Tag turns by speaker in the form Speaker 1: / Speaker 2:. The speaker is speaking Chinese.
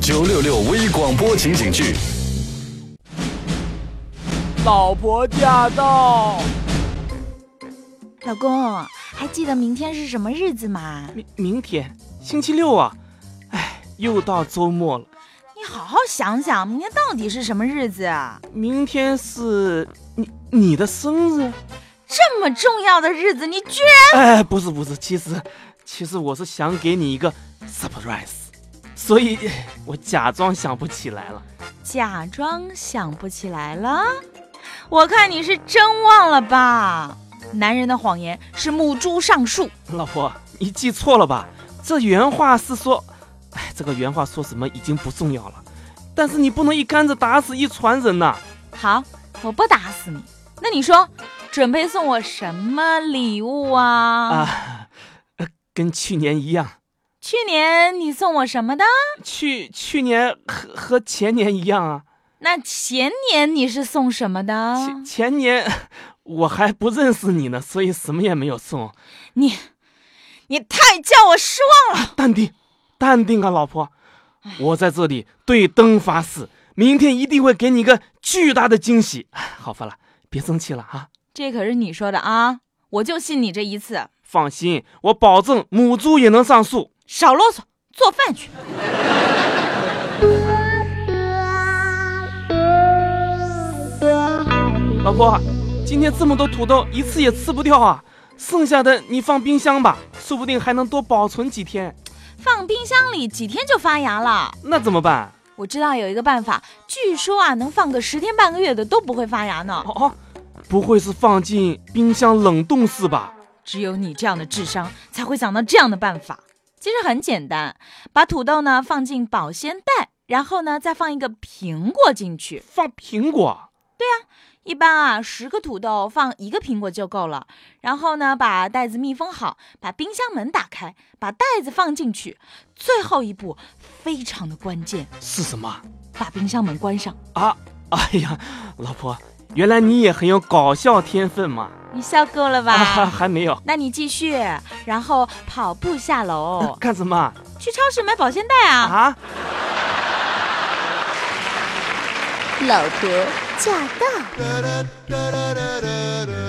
Speaker 1: 九六六微广播情景剧。
Speaker 2: 老婆驾到！
Speaker 3: 老公，还记得明天是什么日子吗？
Speaker 2: 明明天星期六啊，哎，又到周末了。
Speaker 3: 你好好想想，明天到底是什么日子啊？
Speaker 2: 明天是呃你你的生日？
Speaker 3: 这么重要的日子，你居
Speaker 2: 哎，不是不是，其实其实我是想给你一个 surprise，所以我假装想不起来了。
Speaker 3: 然假装想不起来了？我看你是真忘了吧？男人的谎言是母猪上树。
Speaker 2: 老婆，你记错了吧？这原话是说，哎，这个原话说什么已经不重要了，但是你不能一竿子打死一船人呐、
Speaker 3: 好，我不打死你。那你说，准备送我什么礼物啊？
Speaker 2: 啊，呃跟去年一样，
Speaker 3: 去年你送我什么的？
Speaker 2: 去去年和和前年一样啊，
Speaker 3: 那前年你是送什么的？
Speaker 2: 前前年我还不认识你呢，所以什么也没有送。
Speaker 3: 你，你太叫我失望了。
Speaker 2: 淡定，淡定啊，老婆，我在这里对灯发誓，明天一定会给你一个巨大的惊喜。好发了，别生气了啊，
Speaker 3: 这可是你说的啊，我就信你这一次。
Speaker 2: 放心，我保证母猪也能上树。
Speaker 3: 少啰嗦，做饭去。
Speaker 2: 老婆，今天这么多土豆，一次也吃不掉啊，剩下的你放冰箱吧，说不定还能多保存几天。
Speaker 3: 放冰箱里几天就发芽了。
Speaker 2: 那怎么办？
Speaker 3: 我知道有一个办法，据说啊，能放个十天半个月的都不会发芽呢。
Speaker 2: 哦，不会是放进冰箱冷冻室吧？
Speaker 3: 只有你这样的智商才会想到这样的办法。其实很简单，把土豆呢放进保鲜袋，然后呢再放一个苹果进去。
Speaker 2: 放苹果？
Speaker 3: 一般啊，十个土豆放一个苹果就够了。然后呢，把袋子密封好，把冰箱门打开，把袋子放进去。最后一步非常的关键，
Speaker 2: 是什么？
Speaker 3: 把冰箱门关上。
Speaker 2: 啊，哎呀，老婆，原来你也很有搞笑天分嘛！
Speaker 3: 你笑够了吧？
Speaker 2: 啊， 还没有，
Speaker 3: 那你继续，然后跑步下楼，
Speaker 2: 干什么
Speaker 3: 去超市买保鲜袋哦啊！
Speaker 2: 嗯啊？
Speaker 4: 老婆驾到。
Speaker 5: da da da da da da da da da da da da da da da